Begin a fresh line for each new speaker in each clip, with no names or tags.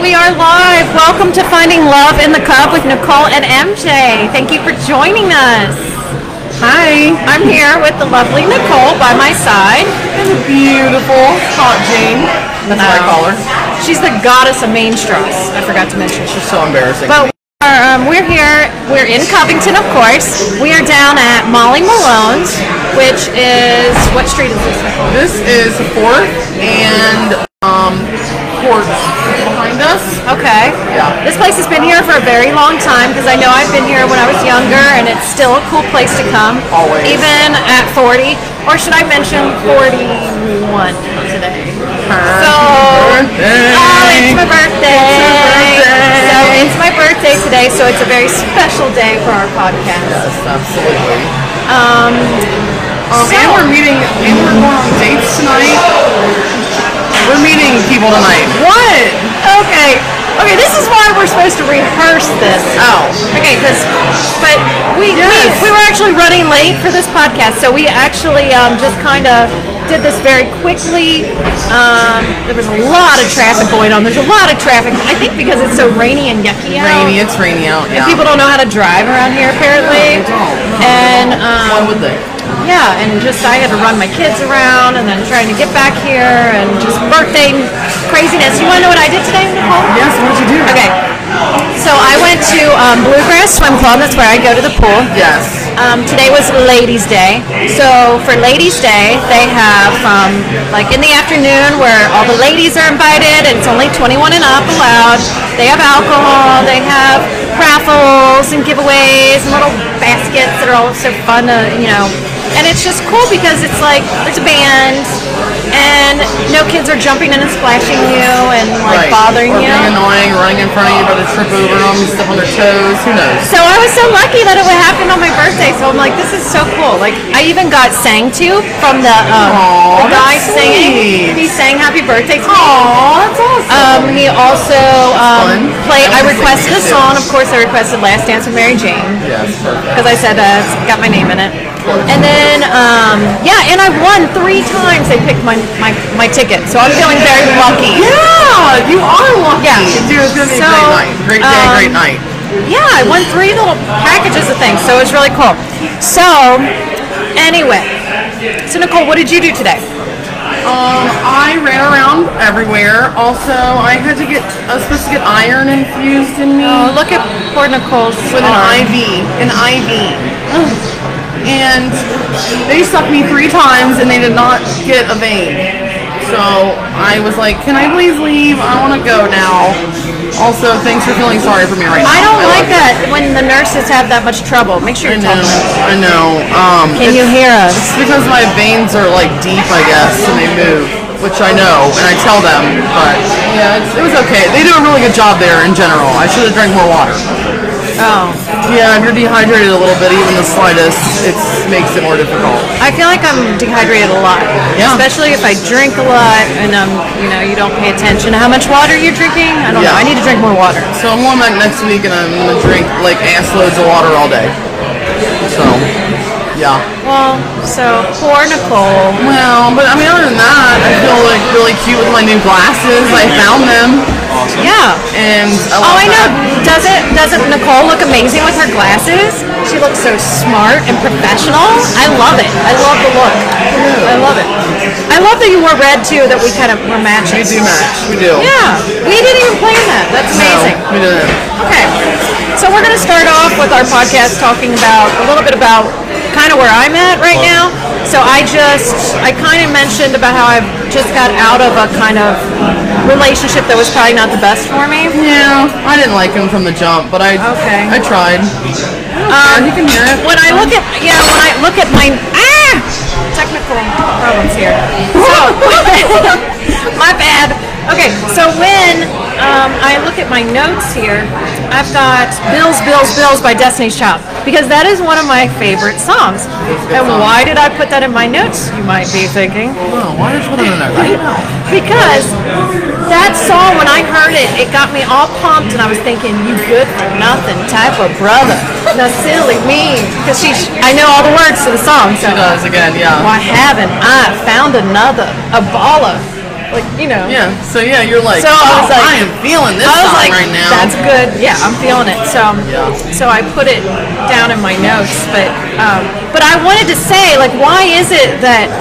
we are live. Welcome to Finding Love in the Cup with Nicole and MJ. Thank you for joining us. Hi. I'm here with the lovely Nicole by my side.
And a beautiful hot Jane. That's what I
Um,
call her.
She's the goddess of mainstress. I forgot to mention.
She's so embarrassing.
But we are, um, we're here. We're in Covington, of course. We are down at Molly Malone's, which is what street is this? Nicole?
this is fourth and um court behind us.
Okay.
Yeah.
This place has been here for a very long time because I know I've been here when I was younger, and it's still a cool place to come.
Always.
Even at 40, or should I mention 41 today? So. Oh, it's my birthday.
birthday.
So it's my birthday today, so it's a very special day for our podcast.
Yes, absolutely. Um,
so-
and we're meeting and we're going on dates tonight. We're meeting people tonight.
What? Okay. Okay, this is why we're supposed to rehearse this.
Oh.
Okay, because but we,
Yes.
we we were actually running late for this podcast, so we actually um, just kind of did this very quickly. Um, there was a lot of traffic going on. There's a lot of traffic. I think because it's so rainy and yucky out.
Rainy, it's rainy out, yeah.
People don't know how to drive around here apparently.
No, they don't.
And um,
Why would they?
yeah, and just I had to run my kids around and then trying to get back here and just birthday craziness. You want to know what I did today, Nicole?
Yes, what'd you do?
Okay. So I went to um, Bluegrass Swim Club. That's where I go to the pool.
Yes.
Um, today was Ladies' Day. So for Ladies' Day, they have um, like in the afternoon where all the ladies are invited. And it's only 21 and up allowed. They have alcohol. They have raffles and giveaways and little baskets that are all so fun to you know. And it's just cool because it's like there's a band and no kids are jumping in and splashing you and like bothering
or
you.
being annoying, running in front of you, about to trip over them, step on their toes. Who knows?
So I was so lucky that it would happen on my birthday. So I'm like, this is so cool. Like I even got sang to from the, um,
Aw,
the guy
that's
singing. He
sweet.
sang "Happy Birthday" to me.
Aw, that's awesome.
Um, he also um,
fun.
played.
I
I
would sing
requested a
too.
song. Of course, I requested "Last Dance with Mary Jane"
yes, perfect.
because I said uh, it's got my name in it. And then um, yeah, and I won three times. They picked my my, my ticket, so I'm feeling very lucky.
Yeah, you are lucky.
Yeah.
Dude, it's gonna
So,
be a great night. Great day,
um,
great night.
Yeah, I won three little packages of things, so it was really cool. So, anyway, so Nicole, what did you do today?
Um, I ran around everywhere. Also, I had to get I was supposed to get iron infused in me
Oh, look at poor Nicole's
with an
arm.
IV. An IV. And they sucked me three times and they did not get a vein. So I was like, Can I please leave? I wanna go now. Also, thanks for feeling sorry for me right now.
I don't like
love you.
that when the nurses have that much trouble. Make sure
I
you're
know,
talking.
I know. Um,
Can you hear us?
It's because my veins are like deep, I guess, and they move, which I know, and I tell them. But yeah, it's, it was okay. They do a really good job there in general. I should have drank more water.
Oh,
Yeah, if you're dehydrated a little bit, even the slightest, it makes it more difficult.
I feel like I'm dehydrated a lot.
Yeah.
Especially if I drink a lot and um, you know, you don't pay attention to how much water you're drinking. I don't know.
Yeah.
I need to drink more water.
So I'm going back next week, and I'm gonna drink like ass loads of water all day. So yeah.
Well, so poor Nicole.
Well, but I mean, other than that, I feel like really cute with my new glasses. I found them,
Yeah.
and I
Oh, I
love
know.
that.
Doesn't doesn't Nicole look amazing with her glasses? She looks so smart and professional. I love it. I love the look. I love it. I love that you wore red too. That we kind of were matching.
We do match. We do.
Yeah, we didn't even plan that. That's
No,
amazing.
we didn't.
Okay, so we're going to start off with our podcast talking about a little bit about kind of where I'm at right now. So I just, I kind of mentioned about how I've just got out of a kind of relationship that was probably not the best for me.
Yeah, I didn't like him from the jump, but I
Okay.
I tried. Um, you can hear it.
when I look at yeah, when I look at my ah technical problems here. So my bad. Okay, so when um, I look at my notes here, I've got "Bills, Bills, Bills" by Destiny's Child because that is one of my favorite songs. And
song.
why did I put that in my notes? You might be thinking.
Oh, why did you put it in there? I don't know.
Because that song, when I heard it, it got me all pumped, and I was thinking, "You good for nothing type of brother, now silly me." Because she, I know all the words to the song, so
It does again, yeah.
why haven't I found another a baller? Like you know.
Yeah. So yeah, you're like,
So I
oh, I,
was like-
am feeling this
I was
song
like,
right now.
that's good. Yeah, I'm feeling it. So,
Yeah.
so I put it down in my notes. But, um, but I wanted to say, like, why is it that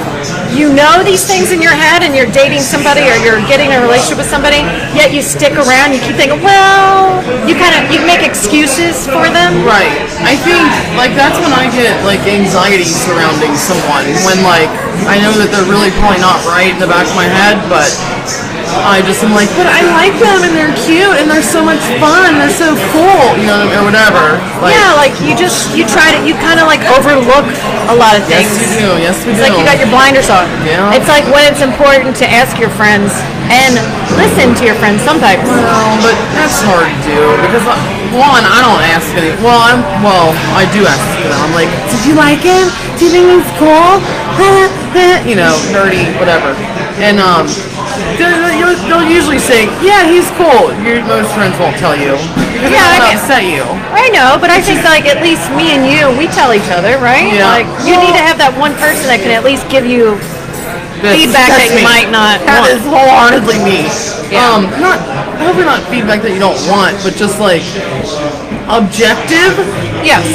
you know these things in your head and you're dating somebody or you're getting in a relationship with somebody, yet you stick around, you keep thinking, well, you kind of you make excuses for them.
Right. I think like that's when I get like anxiety surrounding someone when like I know that they're really probably not right in the back of my head, but I just am like, but I like them and they're cute and they're so much fun, they're so cool, you know, or whatever. Like,
Yeah, like you just you try to you kind of like overlook a lot of
Yes,
things.
we do. Yes, we
It's
do.
like you got your blinders on.
Yeah.
It's like when it's important to ask your friends and listen to your friends sometimes.
Well, but that's hard to do because uh, one, I don't ask any. Well, I'm well, I do ask them. I'm like, did you like him? Do you think he's cool? you know, nerdy, whatever. And um, they'll, you'll- they'll usually say, yeah, he's cool. Your most friends won't tell you because
Yeah, I get-
yeah, will upset you.
I know, but I think like at least me and you, we tell each other, right?
Yeah.
Like you need to have that one person that can at least give you
That's-
feedback
that's
that you
me.
might not
That
want.
is wholeheartedly me.
Yeah.
Um, not probably not feedback that you don't want, but just like objective
Yes.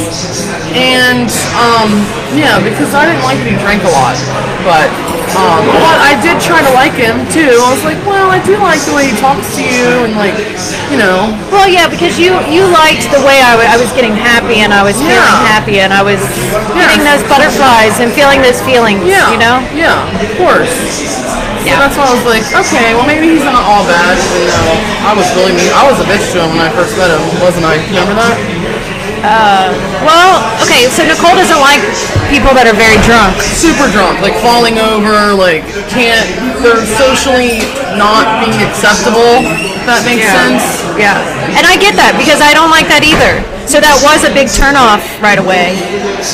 And um, yeah, because I didn't like that he drank a lot, but um, but I did try to like him too. I was like, well, I do like the way he talks to you, and like, you know,
Well, yeah, because you you liked the way I wa- I was getting happy and I was feeling
Yeah.
happy and I was getting those butterflies and feeling those feelings.
yeah,
You know.
yeah, of course.
Yeah.
So that's why I was like, okay, well maybe he's not all bad. You know, I was really mean. I was a bitch to him when I first met him, wasn't I? Remember that?
Well, okay, so Nicole doesn't like people that are very drunk.
Super drunk, like falling over, like can't. They're socially not being acceptable. If that makes sense.
Yeah. And I get that because I don't like that either. So that was a big turnoff right away.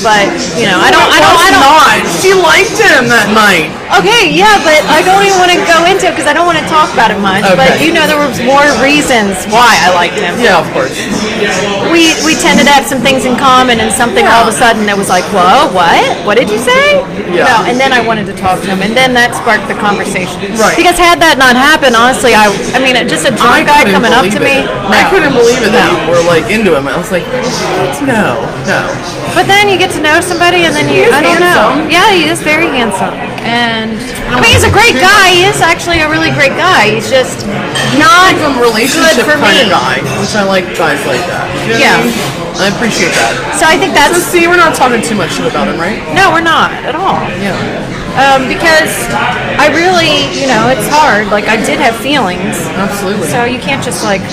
But you know, I don't, I don't, I don't.
I don't. She liked him that night.
Okay, yeah, but I don't even want to go into it because I don't want to talk about it much. But
Okay.
you know, there was more reasons why I liked him.
Yeah, of course.
We we tended to have some things in common, and something all of a sudden that was like, whoa, what? What did you say?
Yeah.
No, and then I wanted to talk to him, and then that sparked the conversation.
Right.
Because had that not happened, honestly, I I mean, just a drunk guy
couldn't
coming up to
believe
me.
it. I
no.
couldn't believe it that
No.
you were like into him. I was like, no, no.
But then you get to know somebody, and then you,
is
I don't know.
handsome.
Yeah, he is very handsome. And, I mean, he's a great guy. He is actually a really great guy. He's just not
I'm a relationship
good for
kind
me.
of guy, which I like guys like that. You know
Yeah.
what I, mean? I appreciate that.
So I think
So
that's,
see, we're not talking too much shit about him, right?
no, we're not at all.
Yeah.
Um, because I really, you know, it's hard. Like, I did have feelings.
Absolutely.
So you can't just, like,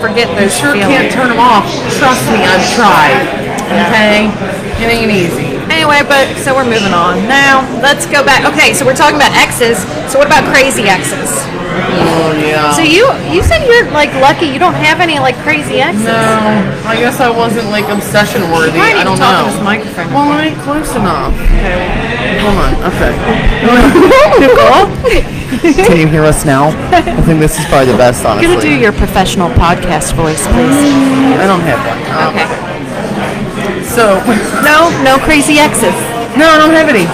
forget
I
those
sure
feelings.
can't turn him off. Trust me, I've tried. Okay? It ain't easy.
Anyway, but, so we're moving on. Now, let's go back. Okay, so we're talking about exes. So what about crazy exes?
Oh, yeah.
So you you said you're like lucky you don't have any like crazy exes.
no, I guess I wasn't like obsession worthy.
I
I don't
talk
know.
to this microphone.
Well, I ain't close enough. Okay. Hold on. Okay. Can you hear us now? I think this is probably the best, honestly.
You're gonna do your professional podcast voice, please.
I don't have one. Um,
Okay.
So,
No, no crazy exes.
no, I don't have any.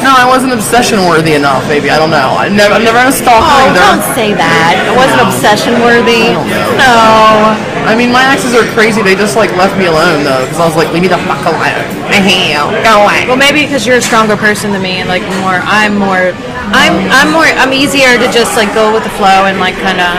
No, I wasn't obsession worthy enough. Maybe I don't know. I never, I've never had a stalker
Oh, don't
either.
say that. It wasn't obsession worthy. No.
I mean, my exes are crazy. They just like left me alone though, because I was like, leave me the fuck alone. I hate you. Go away.
Well, maybe because you're a stronger person than me, and like more, I'm more, I'm I'm more, I'm easier to just like go with the flow and like kind of.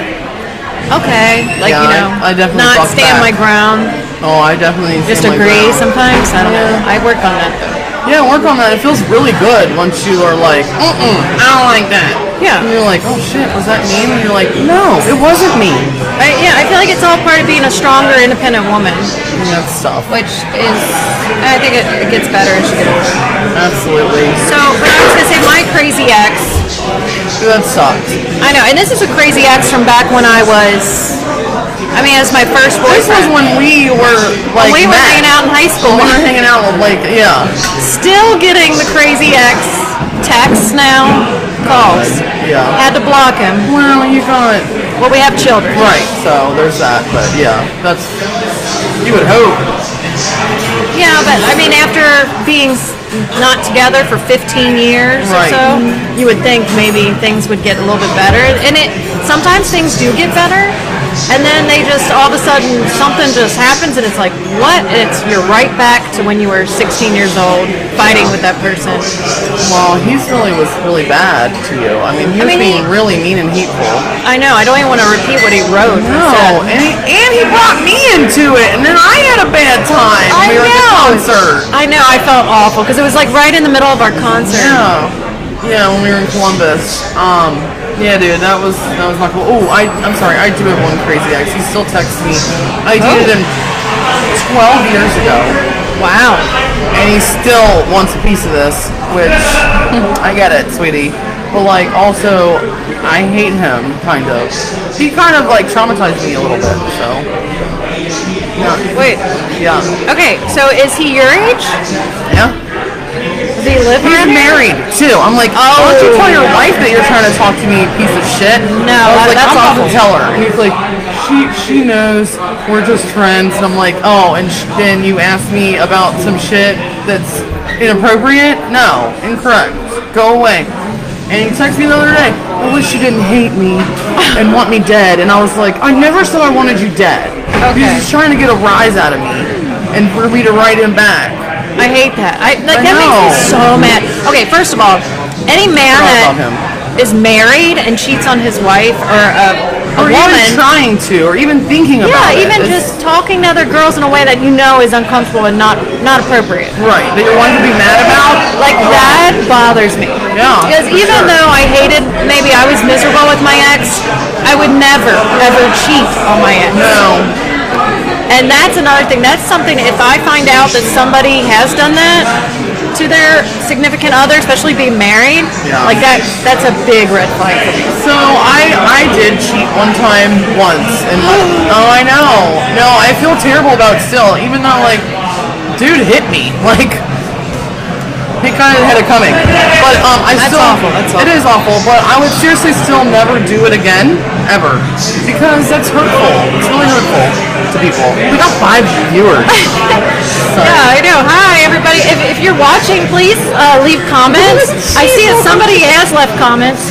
Okay, like
Yeah,
you
I-
know,
I definitely
not
buck
stand
back.
my ground,
Oh, I definitely
just
stand my
agree
ground.
sometimes. I don't know. I work on that though.
Yeah, work on that. It feels really good once you are like, mm-mm, I don't like that.
Yeah.
And you're like, oh shit, was that mean? And you're like, no, it wasn't me.
I, yeah, I feel like it's all part of being a stronger, independent woman,
And that's tough.
which is, I think it, it gets better as you get older.
Absolutely.
So, but I was gonna say my crazy ex.
That sucks.
I know, and this is a crazy ex from back when I was, I mean, it was my first
This was
boyfriend.
when we were like
we were
met.
hanging out in high school.
When we were hanging out, like yeah,
Still getting the crazy ex texts now, calls.
yeah.
Had to block him.
Well, you got
Well, we have children.
right. So there's that, but yeah, that's you would hope.
Yeah, but I mean, after being s- not together for 15 years
Right.
or so, you would think maybe things would get a little bit better. And it sometimes things do get better, and then they just all of a sudden something just happens, and it's like what? And it's you're right back to when you were 16 years old fighting with that person.
Well, he's really was really bad to you. I mean, he was
mean,
being
he-
really mean and hateful.
I know. I don't even want to repeat what he wrote. and said.
No, Oh, and he, and he brought me into it, and then I had a bad time.
I
we were
know.
at the concert.
I know. I felt awful because it was like right in the middle of our concert.
Yeah, yeah, when we were in Columbus. Um, yeah, dude, that was that was not cool. Oh, I I'm sorry, I do have one crazy ex. He still texts me. I dated him 12 years ago.
Wow.
and he still wants a piece of this, which I get it, sweetie. But like, also, I hate him, kind of. He kind of like traumatized me a little bit, so. Yeah,
Wait.
yeah,
Okay. So is he your age?
yeah.
Does he live
He's
around here?
married too. I'm like, oh, why don't you tell your wife that you're trying to talk to me, you piece of shit?
No,
I was
that-
like,
that's
I'm about to
awful.
tell her. And he's like, she she knows we're just friends. And I'm like, oh, and sh- then you ask me about some shit that's inappropriate? No, incorrect. Go away. And he texted me the other day. I wish you didn't hate me and want me dead. And I was like, I never said I wanted you dead. He
Okay.
was just trying to get a rise out of me and for me to write him back.
I hate that. I like that
I
makes me
know.
so mad. Okay, first of all, any man
Forgot
that
about him.
is married and cheats on his wife or a, a
Or even
woman,
trying to, or even thinking about
yeah,
it.
even
It's-
just talking to other girls in a way that you know is uncomfortable and not not appropriate.
Right, that you're wanting to be mad about?
Like that bothers me.
Oh. Yeah,
Because
for
even
sure.
though I hated, maybe I was miserable with my ex, I would never ever cheat on my ex.
No.
And that's another thing. That's something. If I find out that somebody has done that to their significant other, especially being married,
Yeah.
like that, that's a big red flag for me.
So I I did cheat one time once and oh I know. No, I feel terrible about it still, even though like dude hit me. Like he kind of had it coming. But um I
That's
still
awful, that's
it is awful, but I would seriously still never do it again. Ever. Because that's hurtful. It's really hurtful to people. We got five viewers. So-
Yeah, I know. Hi, everybody. If, if you're watching, please uh, leave comments. I see that somebody has left comments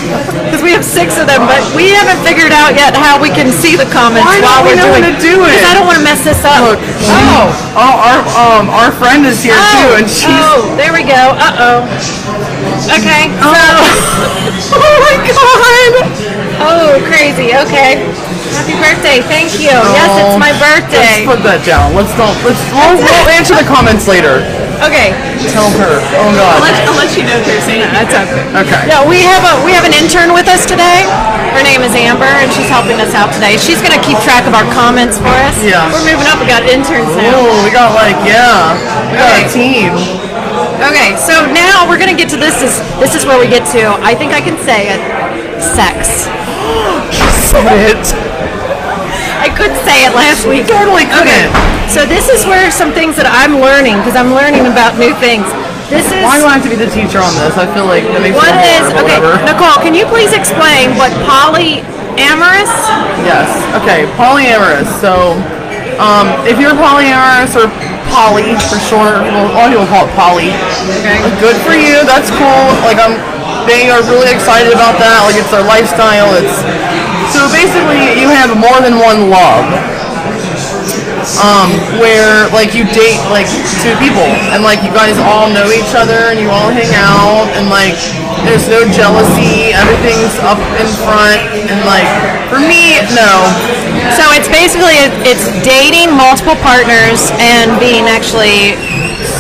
because we have six of them, but we haven't figured out yet how we can see the comments
Why don't
while
we
we're
know how
doing.
to do it?
Because I don't want to mess this up.
Look,
oh.
oh, our um our friend is here
Oh,
too and she's
oh, there we go. Uh oh. Okay. Oh. So, oh my god. Oh, crazy. Okay. Happy birthday. Thank you. Yes, it's my birthday.
Let's put that down. Let's don't. Let's. We'll, we'll answer the comments later.
Okay.
Tell her. Oh God.
I'll let you know if you're saying that's okay.
Okay.
No, we have a we have an intern with us today. Her name is Amber, and she's helping us out today. She's gonna keep track of our comments for us.
Yeah.
We're moving up. We got interns now.
Oh, we got like yeah. We got a
Okay.
team.
Okay, so now we're gonna get to this. Is this is where we get to? I think I can say it. Sex.
Shit.
I could say it last week.
Totally
Okay.
couldn't.
So this is where some things that I'm learning because I'm learning about new things. This is
Why do I have to be the teacher on this? I feel like that makes
what
me
is
vulnerable,
okay.
whatever.
Nicole, can you please explain what polyamorous?
Yes. Okay. Polyamorous. So, um, if you're polyamorous or poly for short, well, a lot of people call it poly.
Okay.
Good for you. That's cool. Like I'm, they are really excited about that. Like it's their lifestyle. It's so basically you have more than one love. Um, where like you date like two people and like you guys all know each other and you all hang out and like there's no jealousy, everything's up in front and like for me, no.
So it's basically it's dating multiple partners and being actually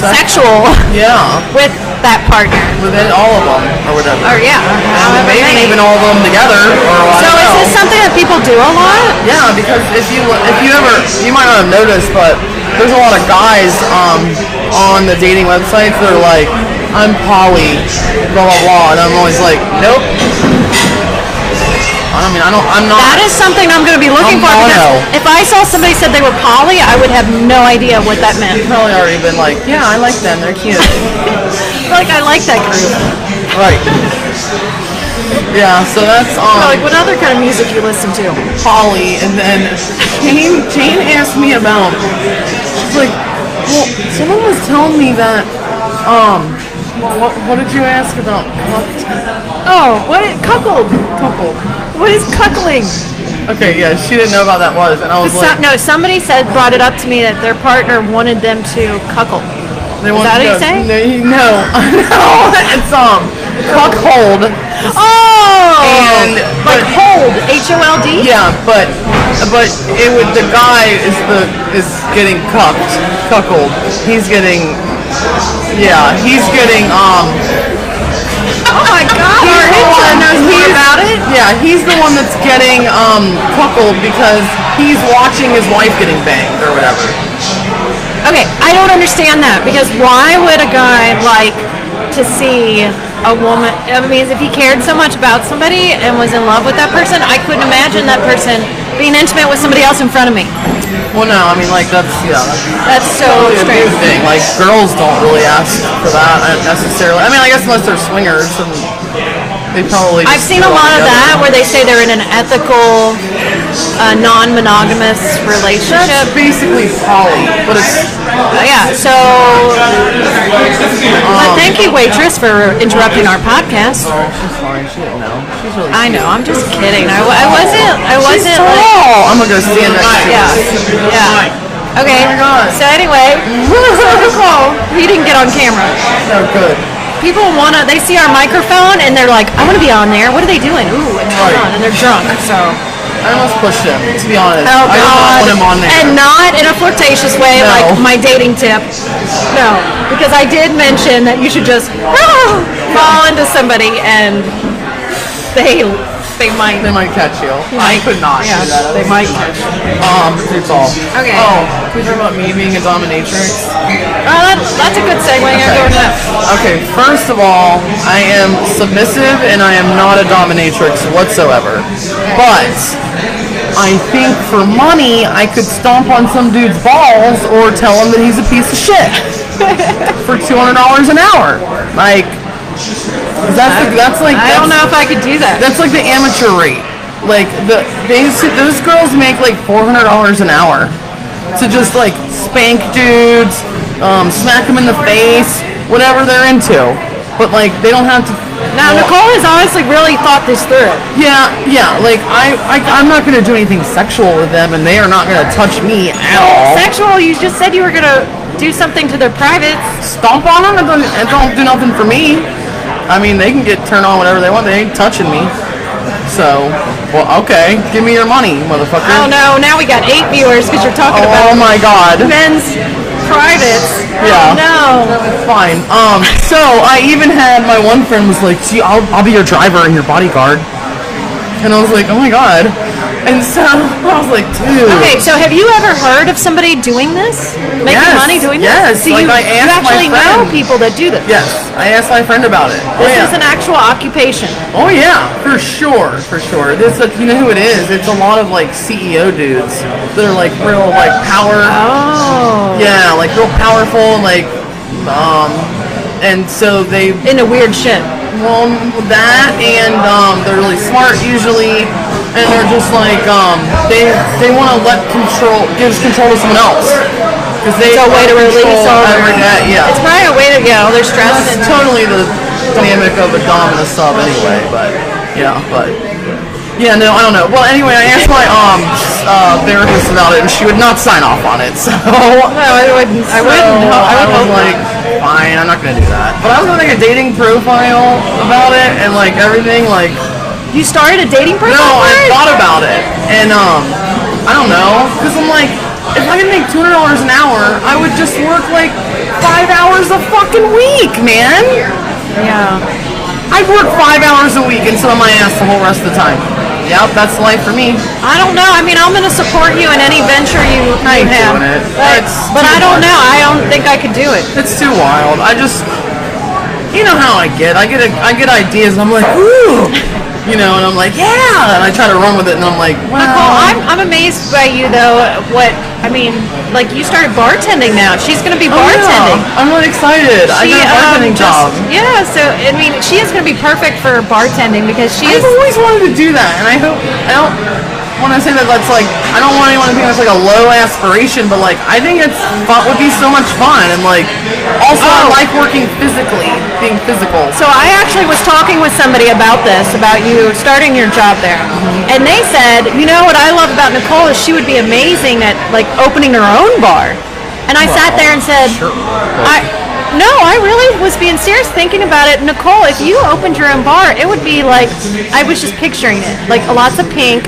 sexual
Yeah.
with that partner.
Within all of them or whatever.
Or yeah,
And
however
maybe
many.
even all of them together or I
So is
don't know.
this something that people do a lot?
Yeah, because if you if you ever you might not have noticed, but there's a lot of guys um, on the dating websites that are like, I'm poly, blah blah blah, and I'm always like, nope. I don't mean I don't I'm not.
That is something I'm going to be looking
I'm
for.
mono.
Because if I saw somebody said they were poly, I would have no idea what that meant.
You've probably already been like, yeah, I like them, they're cute.
Like I like that group.
right. Yeah, so that's
So,
um,
like what other kind of music you listen to?
Polly, and then Jane, Jane asked me about, she's like, Well, someone was telling me that. Um, what, what did you ask about?
Oh, what is cuckold?
Couple.
What is cuckling?
Okay, yeah, she didn't know what that was, and I was
So,
like,
no, somebody said brought it up to me that their partner wanted them to cuckold.
they
is
want
that what
to go.
you say?
No, no, no, it's um, cuckold.
Oh,
And-
like
but-
hold, H O L D.
Yeah, but but it would the guy is the is getting cucked, cuckold. He's getting, yeah, he's getting um.
Oh my God,
He's
our
the
intern
one-
knows more
he's-
about it.
Yeah, he's the one that's getting um cuckolded because he's watching his wife getting banged or whatever.
Okay, I don't understand that because why would a guy like to see a woman? I mean, if he cared so much about somebody and was in love with that person, I couldn't imagine that person being intimate with somebody else in front of me.
Well, no, I mean like that's yeah, that's
That's so
probably a
strange.
big thing. Like girls don't really ask for that uh, necessarily. I mean, I guess unless they're swingers and they probably.
I've
just
seen a
do it
lot of
together.
that where they say they're in an ethical, uh, non-monogamous relationship.
That's basically poly, but it's
Uh, yeah. So, Well, thank you, waitress, for interrupting our podcast.
oh, she's fine. She didn't know. She's really.
I know. I'm just kidding. I, wa- I wasn't. I wasn't. like,
Oh, I'm gonna go stand next to her.
Yeah. Yeah. Okay.
Oh my God.
So anyway, Nicole, he didn't get on camera.
So good.
People wanna, they see our microphone and they're like, I wanna be on there. What are they doing? Ooh, it's
Right.
on, and they're drunk. So.
I almost pushed him. To be honest,
Oh
I don't
God.
want him on there.
And not in a flirtatious way,
No.
like my dating tip. No, because I did mention that you should just fall into somebody and they they might.
They might catch you. I could not.
Yeah,
do that.
they might.
Um, it's all.
Okay.
Oh, can we talk about me being a dominatrix?
Oh, that's, that's a good segue. I'm going to.
Okay. First of all, I am submissive and I am not a dominatrix whatsoever. But I think for money, I could stomp on some dude's balls or tell him that he's a piece of shit for two hundred dollars an hour. Like, that's the, that's like
I
that's-
don't know if I could do that.
That's like the amateur rate. Like the they used to, those girls make like four hundred dollars an hour to just like spank dudes, um, smack them in the face, whatever they're into. But like they don't have to.
Now Nicole has honestly really thought this through.
Yeah, yeah. Like I, I, I'm not gonna do anything sexual with them, and they are not gonna touch me at all.
Sexual, you just said you were gonna do something to their privates.
Stomp on them. It don't, it don't do nothing for me. I mean, they can get turned on whatever they want. They ain't touching me. So, well, okay. Give me your money, motherfucker.
Oh no, now we got eight viewers because you're talking
Oh
about
my god.
men's privates. Oh,
Yeah.
no.
Fine. Um, so I even had my one friend was like, "See, I'll, I'll be your driver and your bodyguard," and I was like, "Oh my god!" And so I was like, "Dude,
Okay, so have you ever heard of somebody doing this? Making
Yes,
money doing
yes,
this? So
like
you,
I
you
asked my
actually know
friend.
people that do this.
yes." I asked my friend about it.
This
oh, yeah.
is an actual occupation.
oh yeah, for sure, for sure. This, like, you know who it is? It's a lot of like CEO dudes that are like real like power.
Oh.
Yeah, like real powerful, like, um, and so they
Into weird shit.
Well, that and um, they're really smart usually, and they're just like um, they they want to let control gives control to someone else because they
It's a way to release all their-
every day. Yeah,
It's probably a way to go. They're stressed.
that's
And,
totally the dynamic of a dom and a sub anyway. But yeah, but yeah, no, I don't know. Well, anyway, I asked my um uh, therapist about it, and she would not sign off on it.
no,
So
I wouldn't. I wouldn't.
so
ho- I
I
would
was
hope
like, fine, I'm not gonna do that. But I was gonna make a dating profile about it and like everything. Like,
not. You started a dating
no,
profile?
I
for it?
thought about it, and um, I don't know, cause I'm like, if I could make two hundred dollars an hour, I would just work like five hours a fucking week, man.
Yeah.
I'd work five hours a week and sit on my ass the whole rest of the time. Yep, that's life for me.
I don't know. I mean, I'm going to support you in any venture you,
I
you
ain't
have.
doing it.
But,
That's
but
too
I don't
much.
know. I don't think I could do it.
It's too wild. I just, you know how I get. I get, a, I get ideas, and I'm like, ooh, you know, and I'm like, yeah, and I try to run with it, and I'm like,
Nicole,
wow.
I'm, I'm amazed by you though. What I mean, like you started bartending now. She's going to be
Oh, yeah.
bartending.
I'm really excited. I
She,
got a
um,
bartending
just-
job.
Yeah, so I mean, she is going to be perfect for bartending because she is.
I've always wanted to do that, and I hope I don't. I when I say that, that's like I don't want anyone to think that's like a low aspiration, but like I think it's fun, would be so much fun, and like also I
Oh.
like working physically, being physical.
So I actually was talking with somebody about this, about you starting your job there, and they said, you know what I love about Nicole is she would be amazing at like opening her own bar, and I sat there and said,
Sure.
I. No, I really was being serious thinking about it. Nicole, if you opened your own bar, it would be like I was just picturing it. Like lots of pink,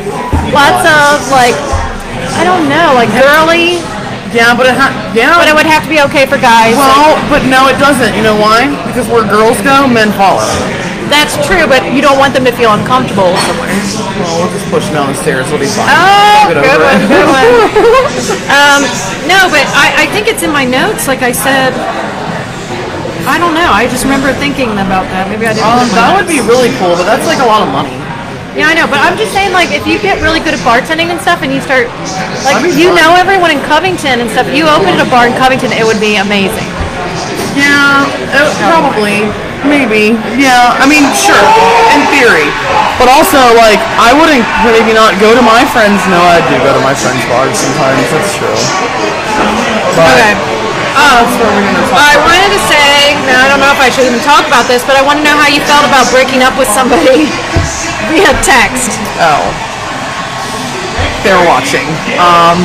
lots of like I don't know, like girly,
Yeah, but it ha- yeah,
but it would have to be okay for guys.
well, but no, it doesn't. You know why? Because where girls go, men follow.
That's true, but you don't want them to feel uncomfortable somewhere.
Well, we'll just push him down the stairs. We'll be fine.
Oh,
Get
good
over
one,
it.
good one. um, no, but I, I think it's in my notes. Like I said, I don't know. I just remember thinking about that. Maybe I didn't.
Um,
put it in my
that would be
notes.
really cool, but that's like a lot of money.
Yeah, I know. But I'm just saying, like, if you get really good at bartending and stuff, and you start, like,
That'd be
you
fun.
know everyone in Covington and stuff. You opened a bar in Covington, it would be amazing.
Yeah, uh, probably. Maybe. Yeah, I mean, sure, in theory. But also, like, I wouldn't maybe not go to my friends. No, I do go to my friends' bars sometimes. That's true. But that's what we're gonna talk
I
about.
wanted to say, now I don't know if I should even talk about this, but I want to know how you felt about breaking up with somebody via text.
Oh. They're watching. Um,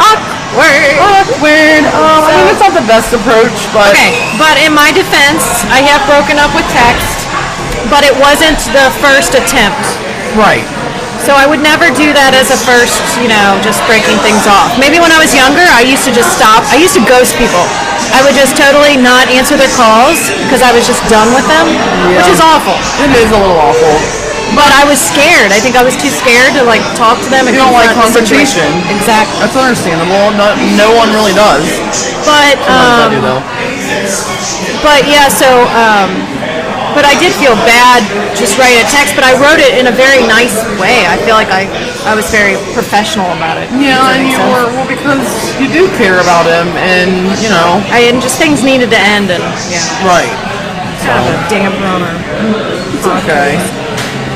Awkward.
awkward. Um, I mean, it's not the best approach, but
Okay, but in my defense, I have broken up with text, but it wasn't the first attempt.
right.
So I would never do that as a first, you know, just breaking things off. Maybe when I was younger, I used to just stop. I used to ghost people. I would just totally not answer their calls because I was just done with them, which
Yeah.
is awful.
It is a little awful.
But I was scared. I think I was too scared to like talk to them. And
You don't like
confront the situation.
confrontation.
Exactly.
That's understandable. Not, no one really does.
But
Sometimes I
um,
do though.
But yeah, so, um, but I did feel bad just writing a text, but I wrote it in a very nice way. I feel like I, I was very professional about it.
Yeah, and you were well because you do care about him, and you know,
I, and just things needed to end, and yeah,
right?
kind of a damn bummer.
It's okay.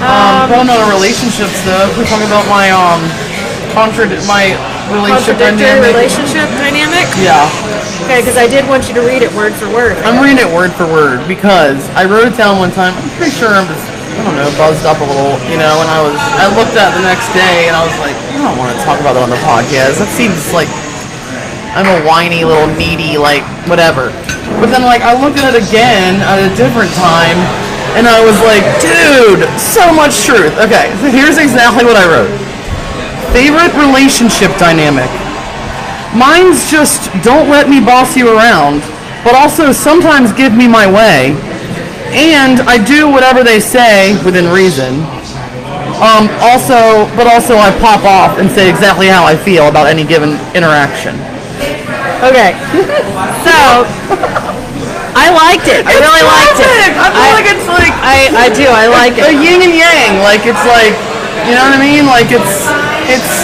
Um, going on to relationships though, if we talk about my um, contrad- my relationship
Contradictory
dynamic.
relationship dynamic?
Yeah,
Okay, because I did want you to read it word for word.
I'm reading it word for word because I wrote it down one time. I'm pretty sure I'm just, I don't know, buzzed up a little, you know. And I was, I looked at it the next day, and I was like, I don't want to talk about that on the podcast. That seems like I'm a whiny little needy, like whatever. But then like I looked at it again at a different time, and I was like, dude, so much truth. Okay, so here's exactly what I wrote. Favorite relationship dynamic. Mine's just don't let me boss you around, but also sometimes give me my way, and I do whatever they say within reason. Um, also, but also I pop off and say exactly how I feel about any given interaction.
Okay. so, I liked it. I really liked it.
I feel like it's like
I, I do. I like
a
it.
yin and yang. Like it's like you know what I mean? Like it's it's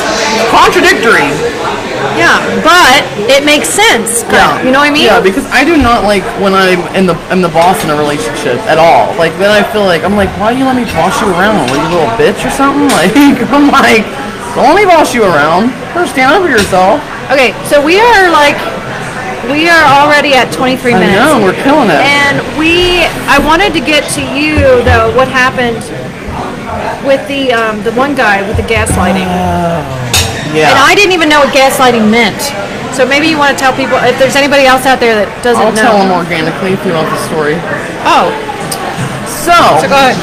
contradictory.
Yeah, but it makes sense.
Yeah.
You know what I mean?
Yeah, because I do not like when I'm in the I'm the boss in a relationship at all. Like then I feel like I'm like, why do you let me boss you around? Like you little bitch or something? Like I'm like, don't let me boss you around. First stand up for yourself.
Okay, so we are like, we are already at 23
I
minutes.
know, we're killing it.
And we, I wanted to get to you though, what happened with the um, the one guy with the gaslighting, and
yeah.
I didn't even know what gaslighting meant. So maybe you want to tell people if there's anybody else out there that doesn't
I'll
know.
tell them organically if you want the story.
Oh,
So,
so go ahead.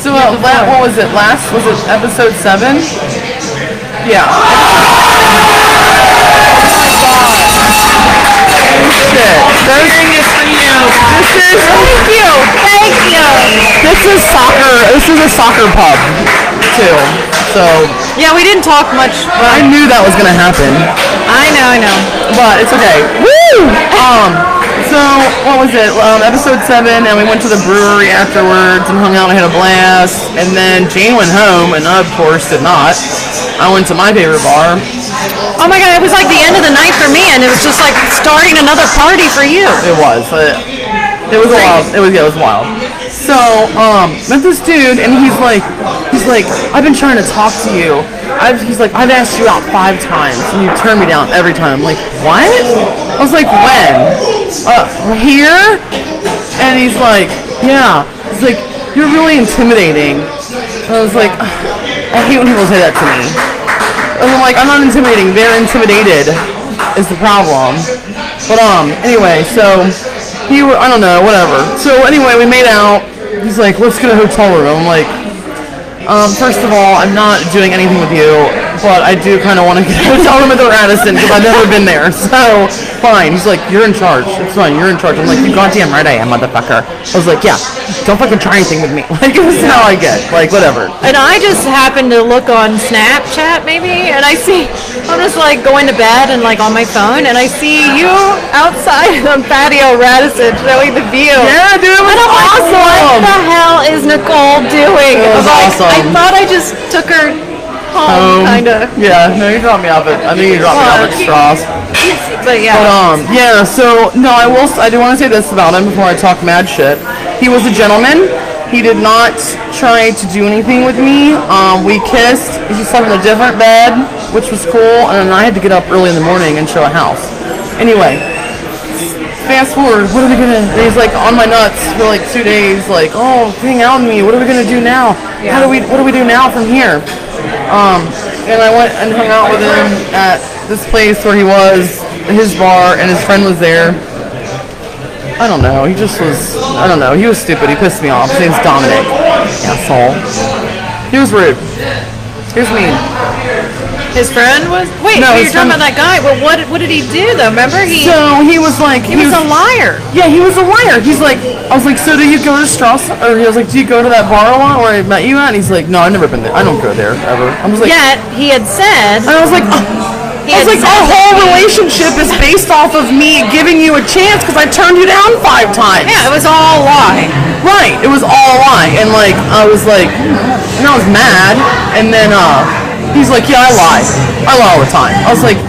So uh, la- what was it? Last was it episode seven?
Oh
Yeah. Oh, Shit. This is
Thank you, thank you.
this is soccer. This is a soccer pub too. So
Yeah, we didn't talk much.
I knew that was gonna happen,
I know, I know.
but it's okay. Woo! Um. So what was it? Um, episode seven, and we went to the brewery afterwards and hung out and had a blast. And then Jane went home, and I of course did not. I went to my favorite bar,
Oh my god, it was like the end of the night for me, and it was just like starting another party for you.
It was. But it was wild. It was. Yeah, it was wild. So, um, met this dude, and he's like, he's was like, I've been trying to talk to you. I've, he's like, I've asked you out five times and you turn me down every time. I'm like, what? I was like, when? Uh, here? And he's like, yeah. He's like, you're really intimidating. I was like, I hate when people say that to me. And I'm like, I'm not intimidating. They're intimidated is the problem. But um, anyway, so he, w- I don't know, whatever. So anyway, we made out. He's like, let's get a hotel room. I'm like, um, first of all, I'm not doing anything with you, but I do kind of want to get a hotel room at the Radisson because I've never been there. So fine. He's like, you're in charge. It's fine. You're in charge. I'm like, you goddamn right I am, motherfucker. I was like, yeah, don't fucking try anything with me. Like this is how I get. Like whatever.
And I just happened to look on Snapchat maybe, and I see I'm just like going to bed and like on my phone, and I see you outside on patio Radisson showing the view.
Yeah, dude, it was
And I'm like,
awesome.
what the hell is Nicole doing?
It
I'm
was
like, I
awesome.
thought I just took her home, kind of.
Um, Yeah, no, you dropped me off at. I think you dropped me off at
Fuck.
Strauss.
But
But
yeah,
um, yeah. So no, I will. s- I do want to say this about him before I talk mad shit. He was a gentleman. He did not try to do anything with me. Um, we kissed. He slept in a different bed, which was cool. And I had to get up early in the morning and show a house. Anyway, fast forward. What are we gonna? And he's like on my nuts for like two days. Like, oh, hang out with me. What are we gonna do now? How do we? What do we do now from here? Um, and I went and hung out with him at this place where he was, his bar, and his friend was there. I don't know. He just was. I don't know. He was stupid. He pissed me off. His name's Dominic. Asshole. He was rude. He was mean.
his friend was. Wait,
No,
you're
his
talking
friend-
about that guy. Well, what what did he do though? Remember he
So he was like
he was a liar.
Yeah, he was a liar. He's like, I was like, so do you go to Strauss? Or he was like, do you go to that bar a lot where I met you at? And he's like, no, I've never been there. I don't go there ever. I was like,
Yet he had said
And I was like, oh.
He
I was
had
like, our whole relationship is based off of me giving you a chance because I turned you down five times.
Yeah, it was all a lie.
Right. It was all a lie. And like, I was like, and I was mad. And then uh, he's like, yeah, I lie. I lie all the time. I was like,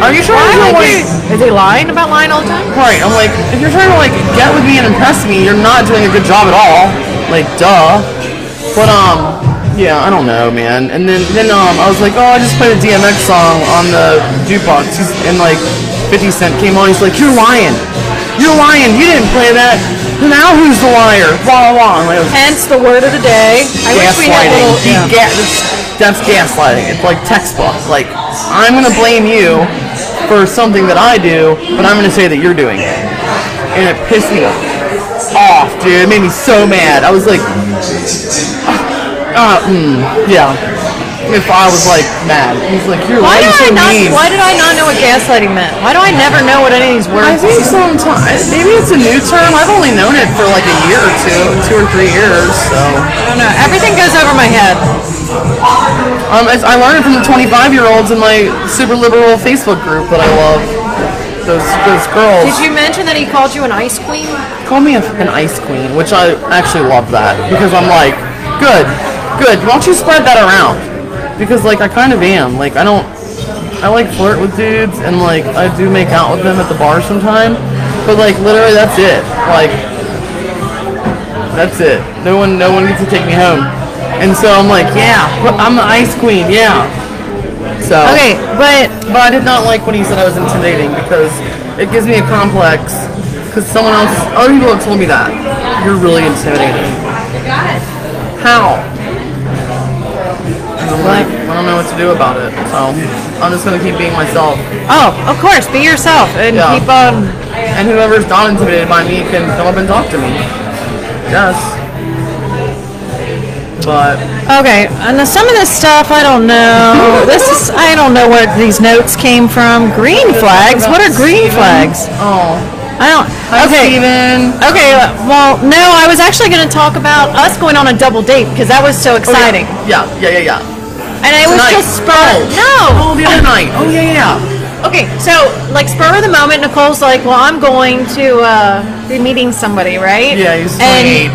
are you trying to
Why
like,
would you- Is he lying about lying all the time?
right? I'm like, if you're trying to like get with me and impress me, you're not doing a good job at all. Like, duh. But um, yeah, I don't know, man. And then then um, I was like, oh, I just played a DMX song on the jukebox, He's, and like 50 Cent came on. He's like, you're lying, you're lying. You didn't play that. Now who's the liar? Blah blah. blah. I'm like, it was
Hence the word of the day. I wish we had a
gaslighting.
little.
He ga- that's, that's gaslighting. It's like textbook. Like I'm gonna blame you for something that I do, but I'm gonna say that you're doing it, and it pissed me off, dude. It made me so mad. I was like, uh, mm, yeah. If I was like mad, he's like, you're
Why
why
did
are
I
you so
not?
mean.
Why did I not know what gaslighting meant? Why do I never know what any of these
I
words?
think sometimes maybe it's a new term. I've only known it for like a year or two, two or three years. So.
I don't know. Everything goes over my head.
Um, it's, I learned it from the 25 year olds in my super liberal Facebook group that I love. Those those girls
Did you mention that he called you an ice queen?
call me a fucking ice queen, which I actually love that because I'm like, good, good. Why don't you spread that around? Because like I kind of am. Like I don't. I like flirt with dudes and like I do make out with them at the bar sometime, but like literally that's it. Like that's it. No one, no one gets to take me home. And so I'm like, yeah, I'm the ice queen, yeah. So
Okay, but
but I did not like when he said I was intimidating because it gives me a complex. Because someone else, other people have told me that you're really intimidating. How? And I'm like, I don't know what to do about it. So I'm just gonna keep being myself.
oh, of course, be yourself and
Yeah.
keep on.
And whoever's not intimidated by me can come up and talk to me. Yes. But
Okay, and the- some of this stuff I don't know. this is I don't know where these notes came from. Green flags. What are green flags?
oh,
I don't.
hi,
Okay.
Steven.
Okay, well, no, I was actually going to talk about us going on a double date because that was so exciting.
Oh, Yeah, yeah, yeah, yeah.
And it was
Tonight.
just spur. No.
Oh, the other night. Oh yeah, yeah. yeah.
Okay, so like spur of the moment, Nicole's like, "Well, I'm going to uh, be meeting somebody, right?"
Yeah, he's
And-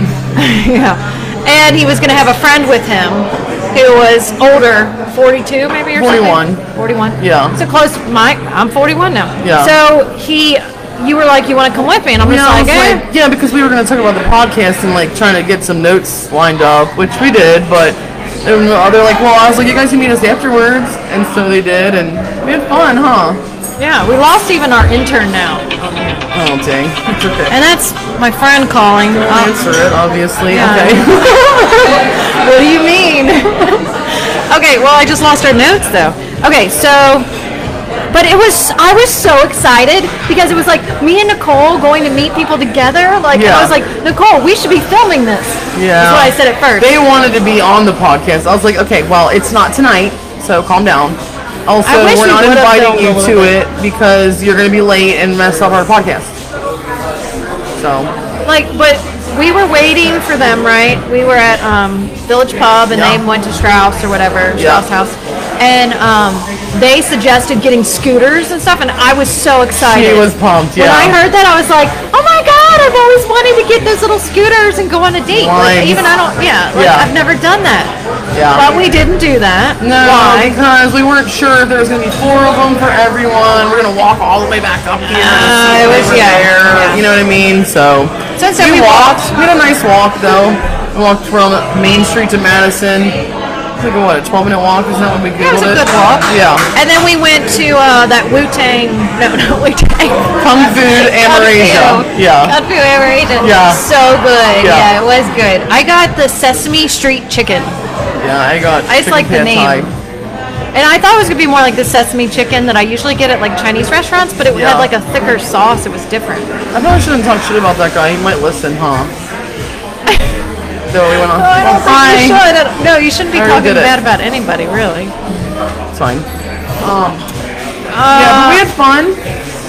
28.
yeah, and he was going to have a friend with him who was older, 42 maybe or
41.
something. 41.
Yeah.
So close. My, I'm 41 now.
Yeah.
So he, you were like, "You want to come with me?" And I'm just
Yeah, I
like,
was
eh.
like- yeah, because we were going to talk about the podcast and like trying to get some notes lined up, which we did, but And they're like, well, I was like, you guys can meet us afterwards, and so they did, and we had fun, huh?
Yeah, we lost even our intern now.
Oh dang, it's okay.
And that's my friend calling. Um,
Answer it, obviously.
Yeah.
Okay.
what do you mean? okay, well, I just lost our notes though. Okay, so. But it was, I was so excited because it was like me and Nicole going to meet people together. Like, I
Yeah.
was like, Nicole, we should be filming this.
Yeah.
That's what I said at first.
they wanted to be on the podcast. I was like, okay, well, it's not tonight, so calm down. Also,
I wish we
we're not
would've
inviting you
filmed a
to
little
it because you're gonna be late and mess up our podcast. So
like, but we were waiting for them, right? We were at um, Village Pub and
Yeah.
they went to Strauss or whatever,
Yeah.
Strauss House. And um, they suggested getting scooters and stuff, and I was so excited.
he was pumped. Yeah.
When I heard that, I was like, "Oh my god! I've always wanted to get those little scooters and go on a date. Like,
Lines.
even I don't, yeah, like,
Yeah.
I've never done that.
Yeah.
But we didn't do that.
No,
Why?
because we weren't sure if there was going to be four of them for everyone. We're going to walk all the way back up here. to
Ah,
see
it
if
was-
they were
yeah,
there.
yeah.
You know what I mean? So
Since then we
we walked. We had a nice walk though. We walked from Main Street to Madison. It's like a, what a twelve minute walk. Isn't that what we
It was
googled
a good
it?
walk.
Yeah.
And then we went to uh, that Wu Tang. No, not Wu Tang.
Kung Fu Amerasia. Yeah.
Kung Fu Amerasia.
Yeah.
So good.
Yeah.
Yeah. it was good. I got the Sesame Street chicken,
Yeah. I got.
I just
chicken
like the
pad
name.
thai.
and I thought it was gonna be more like the Sesame chicken that I usually get at like Chinese restaurants, but it had
Yeah.
like a thicker sauce. It was different.
I probably shouldn't talk shit about that guy. He might listen, huh? so we went on.
I don't
Bye.
think you should. I don't- No, you shouldn't be
I already
talking
did it.
bad about anybody, really.
It's fine. Um. yeah,
uh,
but we had fun.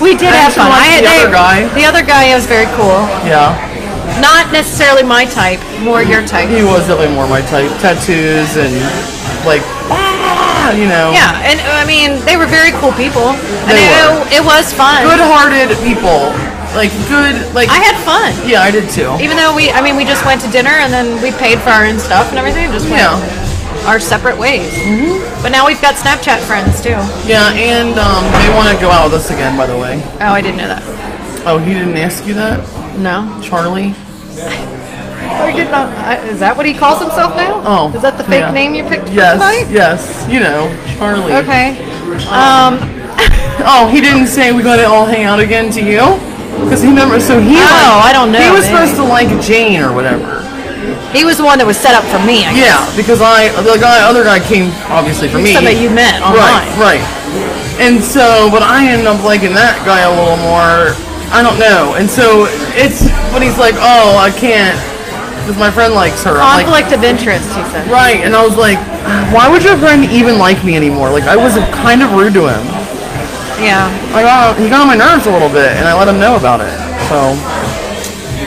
We did
I
have
actually
fun.
liked the
they-
other guy.
The other guy was very cool.
Yeah.
Not necessarily my type, more your type.
He was definitely more my type. Tattoos and like, ah, you know,
Yeah, and I mean, they were very cool people. and
They
it, it
were.
was fun.
good-hearted people. Like good, like
I had fun.
yeah, I did too.
Even though we, I mean, we just went to dinner and then we paid for our own stuff and everything and just went
Yeah. Mm-hmm.
our separate ways. But now we've got Snapchat friends too.
Yeah, and um, they want to go out with us again. By the way,
Oh, I didn't know that.
oh, he didn't ask you that,
No.
Charlie.
I did not. I, is that what he calls himself now?
Oh,
Is that the fake
yeah.
name you picked for
Yes,
tonight?
yes, you know, Charlie.
Okay. Um,
Oh, he didn't say we got to all hang out again to you, because he remember. So
Oh,
he. like-
I don't know,
He was
maybe.
supposed to like Jane or whatever.
he was the one that was set up for me. I guess.
Yeah, because I the guy other guy came obviously for me.
Somebody you met online.
Right, right. And so, but I ended up liking that guy a little more. I don't know. And so it's when he's like, "Oh, I can't," because my friend likes her. I'm like,
Conflict of interest, he said.
right. And I was like, "Why would your friend even like me anymore?" Like I was kind of rude to him.
Yeah.
Like uh, he got on my nerves a little bit, and I let him know about it. So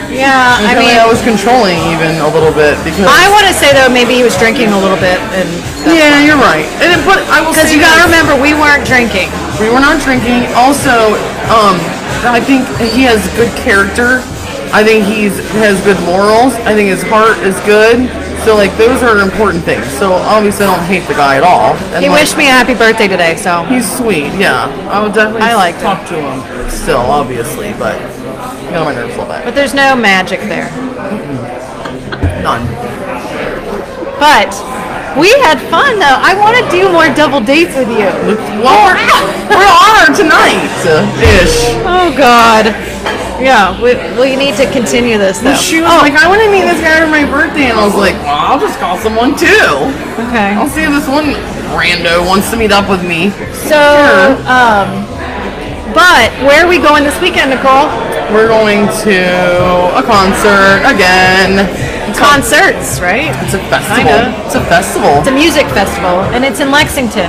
Yeah, I
I
mean,
I was controlling even a little bit because.
I want to say though, maybe he was drinking a little bit. and
yeah, you're right. And it- but I will
Because
say
you got
this.
to remember, we weren't drinking.
We were not drinking. Also, um, I think he has good character. I think he's has good morals. I think his heart is good. So like those are important things. So obviously I don't hate the guy at all. And,
He
like,
wished me a happy birthday today, so.
he's sweet. Yeah, I would definitely.
I liked
talk to him still, obviously, but he got on my nerves a little bit.
But there's no magic there.
None.
But we had fun though. I want to do more double dates with you.
Well, we're, we're on her tonight, ish.
Oh God. Yeah, we, we need to continue this though.
She was like, I want to meet this guy for my birthday, and I was like, well, I'll just call someone too.
Okay.
I'll see if this one rando wants to meet up with me.
So, um, but where are we going this weekend, Nicole?
We're going to a concert again.
Concerts, right?
It's a festival.
Kinda.
It's a festival.
It's a music festival, and it's in Lexington,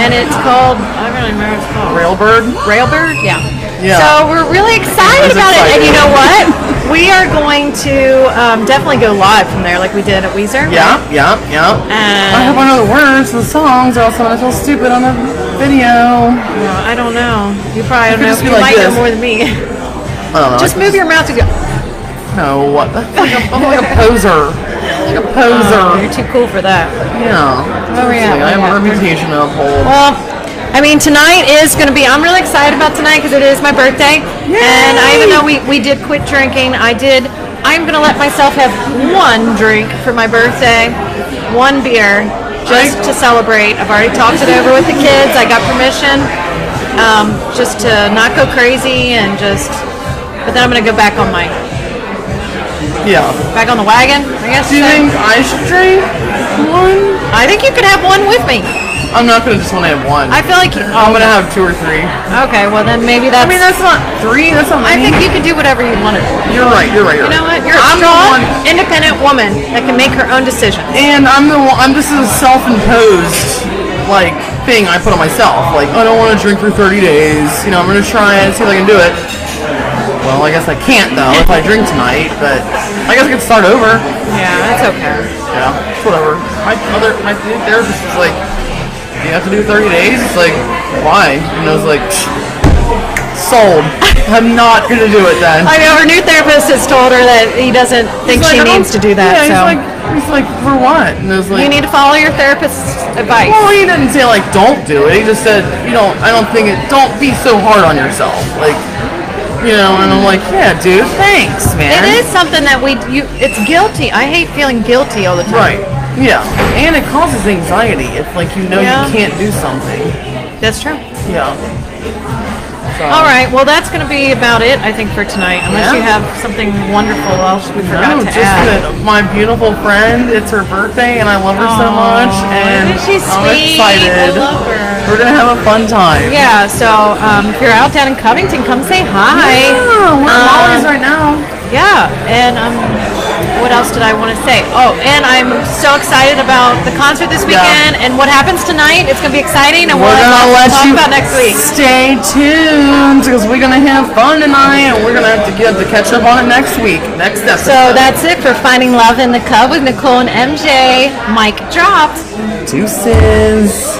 and it's called I don't really remember what it's called
Railbird.
Railbird. Yeah.
Yeah.
So we're really excited
It's
about it, and you
exciting.
know what? we are going to um, definitely go live from there, like we did at Weezer.
Yeah, yeah, yeah. I hope
And
I know the words to the songs, or else I'm gonna feel stupid on the video.
Well, I don't know. You probably don't
could
know.
just
You
be like
might know
this.
more than me.
I don't know.
Just move your mouth to go.
no, what? the- I'm like a- I'm like a poser. I'm like a poser.
You're too cool for that.
yeah.
Um, Where we at?
I have
Where
a
we at?
reputation to uphold.
Well, I mean, tonight is going to be. I'm really excited about tonight because it is my birthday, and I even though we we did quit drinking, I did. I'm going to let myself have one drink for my birthday, one beer just
I-
to celebrate. I've already talked it over with the kids. I got permission um, just to not go crazy and just. But then I'm gonna go back on my
Yeah.
back on the wagon. I guess.
Do you think I should drink one?
I think you could have one with me.
I'm not gonna just want to have one.
I feel like. You,
I'm gonna have two or three.
okay, well then maybe that's.
I mean, that's not three. That's not
I
many.
think you could do whatever you wanted.
you're right. You're right. You're
You know
right.
what? You're a
I'm the
strong,
one-
independent woman that can make her own decisions.
And I'm the one, I'm just a self-imposed like thing I put on myself. Like "Oh, I don't want to drink for 30 days. You know, I'm gonna try and see if I can do it. Well, I guess I can't though if I drink tonight. But I guess I could start over.
Yeah, that's okay.
Yeah, it's whatever. My other my therapist was like, you have to do 30 days. It's like why? And I was like, "Psh, sold. I'm not gonna do it then.
I know her new therapist has told her that he doesn't think
He's
she
like, "I don't-
needs to do that. so
Yeah, he's like, he's like, for what? And I was like,
you need to follow your therapist's advice.
Well, he didn't say like don't do it. He just said you don't. I don't think it. Don't be so hard on yourself. Like you know. And I'm like, yeah, dude. Thanks, man.
It is something that we you it's guilty. I hate feeling guilty all the time.
Right. Yeah. And it causes anxiety if like you know
Yeah.
you can't do something.
That's true.
Yeah. So,
All right. Well, that's going to be about it, I think, for tonight. Unless
Yeah.
you have something wonderful else we forgot
No,
to
just
add.
that my beautiful friend. It's her birthday, and I love her so much. And
isn't she
I'm
sweet? I
excited.
love her.
We're gonna have a fun time.
Yeah. So um, if you're out down in Covington, come say hi.
Yeah,
Uh,
we're at Molly's right now.
Yeah, and um, what else did I want to say? Oh, and I'm so excited about the concert this
Yeah.
weekend and what happens tonight. It's gonna be exciting, and
We're
what
gonna
we'll
let
talk
you
about next week.
Stay tuned because we're gonna have fun tonight, and we're gonna have to get to catch up on it next week, next episode.
So that's it for Finding Love in the Cub with Nicole and MJ. Mike dropped.
deuces.